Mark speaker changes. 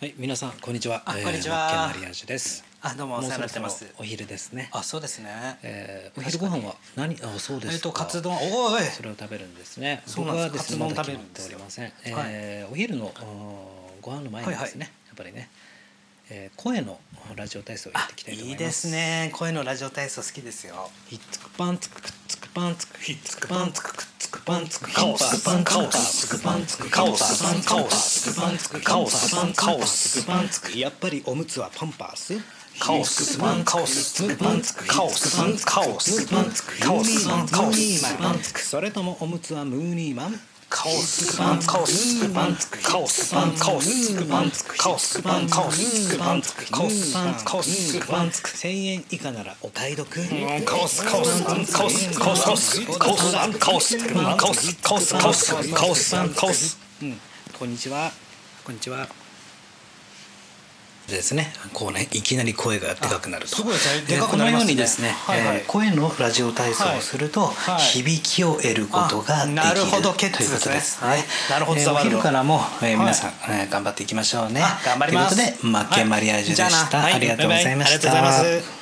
Speaker 1: はい、皆さんこんにちは。
Speaker 2: あ
Speaker 1: えー
Speaker 2: こんにちは
Speaker 1: マッケンマリアージュです。
Speaker 2: あどうもお世話になってま
Speaker 1: もう
Speaker 2: す
Speaker 1: そろそろお昼ですね。
Speaker 2: あそうですね
Speaker 1: えーお昼ご飯は何？あ、そうですか。
Speaker 2: えっとカツ丼おーい
Speaker 1: それを食べるんですね。
Speaker 2: そう
Speaker 1: 僕
Speaker 2: なんです
Speaker 1: はですね、
Speaker 2: カ
Speaker 1: まだ
Speaker 2: ツ丼食
Speaker 1: 決
Speaker 2: べ
Speaker 1: ま
Speaker 2: る
Speaker 1: ってお
Speaker 2: んです
Speaker 1: り
Speaker 2: よ
Speaker 1: ません。
Speaker 2: はい
Speaker 1: えーお昼のおーご飯の前にですね、
Speaker 2: はいは
Speaker 1: やっぱりね、えー声のラジオ体操をや
Speaker 2: あ
Speaker 1: っていきたいと思い
Speaker 2: いい
Speaker 1: ます。
Speaker 2: です。ね声のラジオ体操好きですよ
Speaker 1: ひっつくパンつくくっつくパンつくひっつくパンつくくっつくパンつく
Speaker 2: カオス
Speaker 1: パンカオスつくパンつく
Speaker 2: カオス
Speaker 1: パンカオスつくパンつく
Speaker 2: カオス
Speaker 1: パンつく
Speaker 2: カオス
Speaker 1: パンつくやっぱりおむつはパンパース
Speaker 2: カオス
Speaker 1: パン
Speaker 2: カオス
Speaker 1: つくパンつく
Speaker 2: カオス
Speaker 1: パンつく
Speaker 2: カオス
Speaker 1: パンつく
Speaker 2: カオ
Speaker 1: ムーニ
Speaker 2: ス
Speaker 1: ーマン
Speaker 2: カ
Speaker 1: ムー
Speaker 2: オス
Speaker 1: ニーマンそれともおむつはムーニーマン
Speaker 2: カオスパンカオスパンカオスパンカオスパンカオスパンカオスパンカオスパンカオスパン
Speaker 1: 千円以下ならお買い得
Speaker 2: カオスカオスカオスカオスカオスカオスカオスカオスカオスカオスカオスカオス
Speaker 1: うん、こんにちは。こんにちは。ですね、こうね、いきなり声がでかくなると。
Speaker 2: あすごいですね
Speaker 1: で
Speaker 2: でか
Speaker 1: こ
Speaker 2: く
Speaker 1: の
Speaker 2: なり
Speaker 1: よ
Speaker 2: ま
Speaker 1: う
Speaker 2: すね
Speaker 1: にですね、
Speaker 2: はいはい
Speaker 1: えー声のラジオ体操をすると、
Speaker 2: はいはい
Speaker 1: 響きを得ることが
Speaker 2: あ
Speaker 1: できる
Speaker 2: なるほど
Speaker 1: ということですね。
Speaker 2: ケツですねはいなるほど
Speaker 1: えー
Speaker 2: 伝
Speaker 1: お
Speaker 2: わる
Speaker 1: 昼からも、えー
Speaker 2: い
Speaker 1: 皆さん、えー頑張っていきましょうね
Speaker 2: あ。頑張ります
Speaker 1: ということで、マッケンマリアージュでした。
Speaker 2: はいじゃあな
Speaker 1: ありがとうございました。
Speaker 2: はいバイバイありがとうございます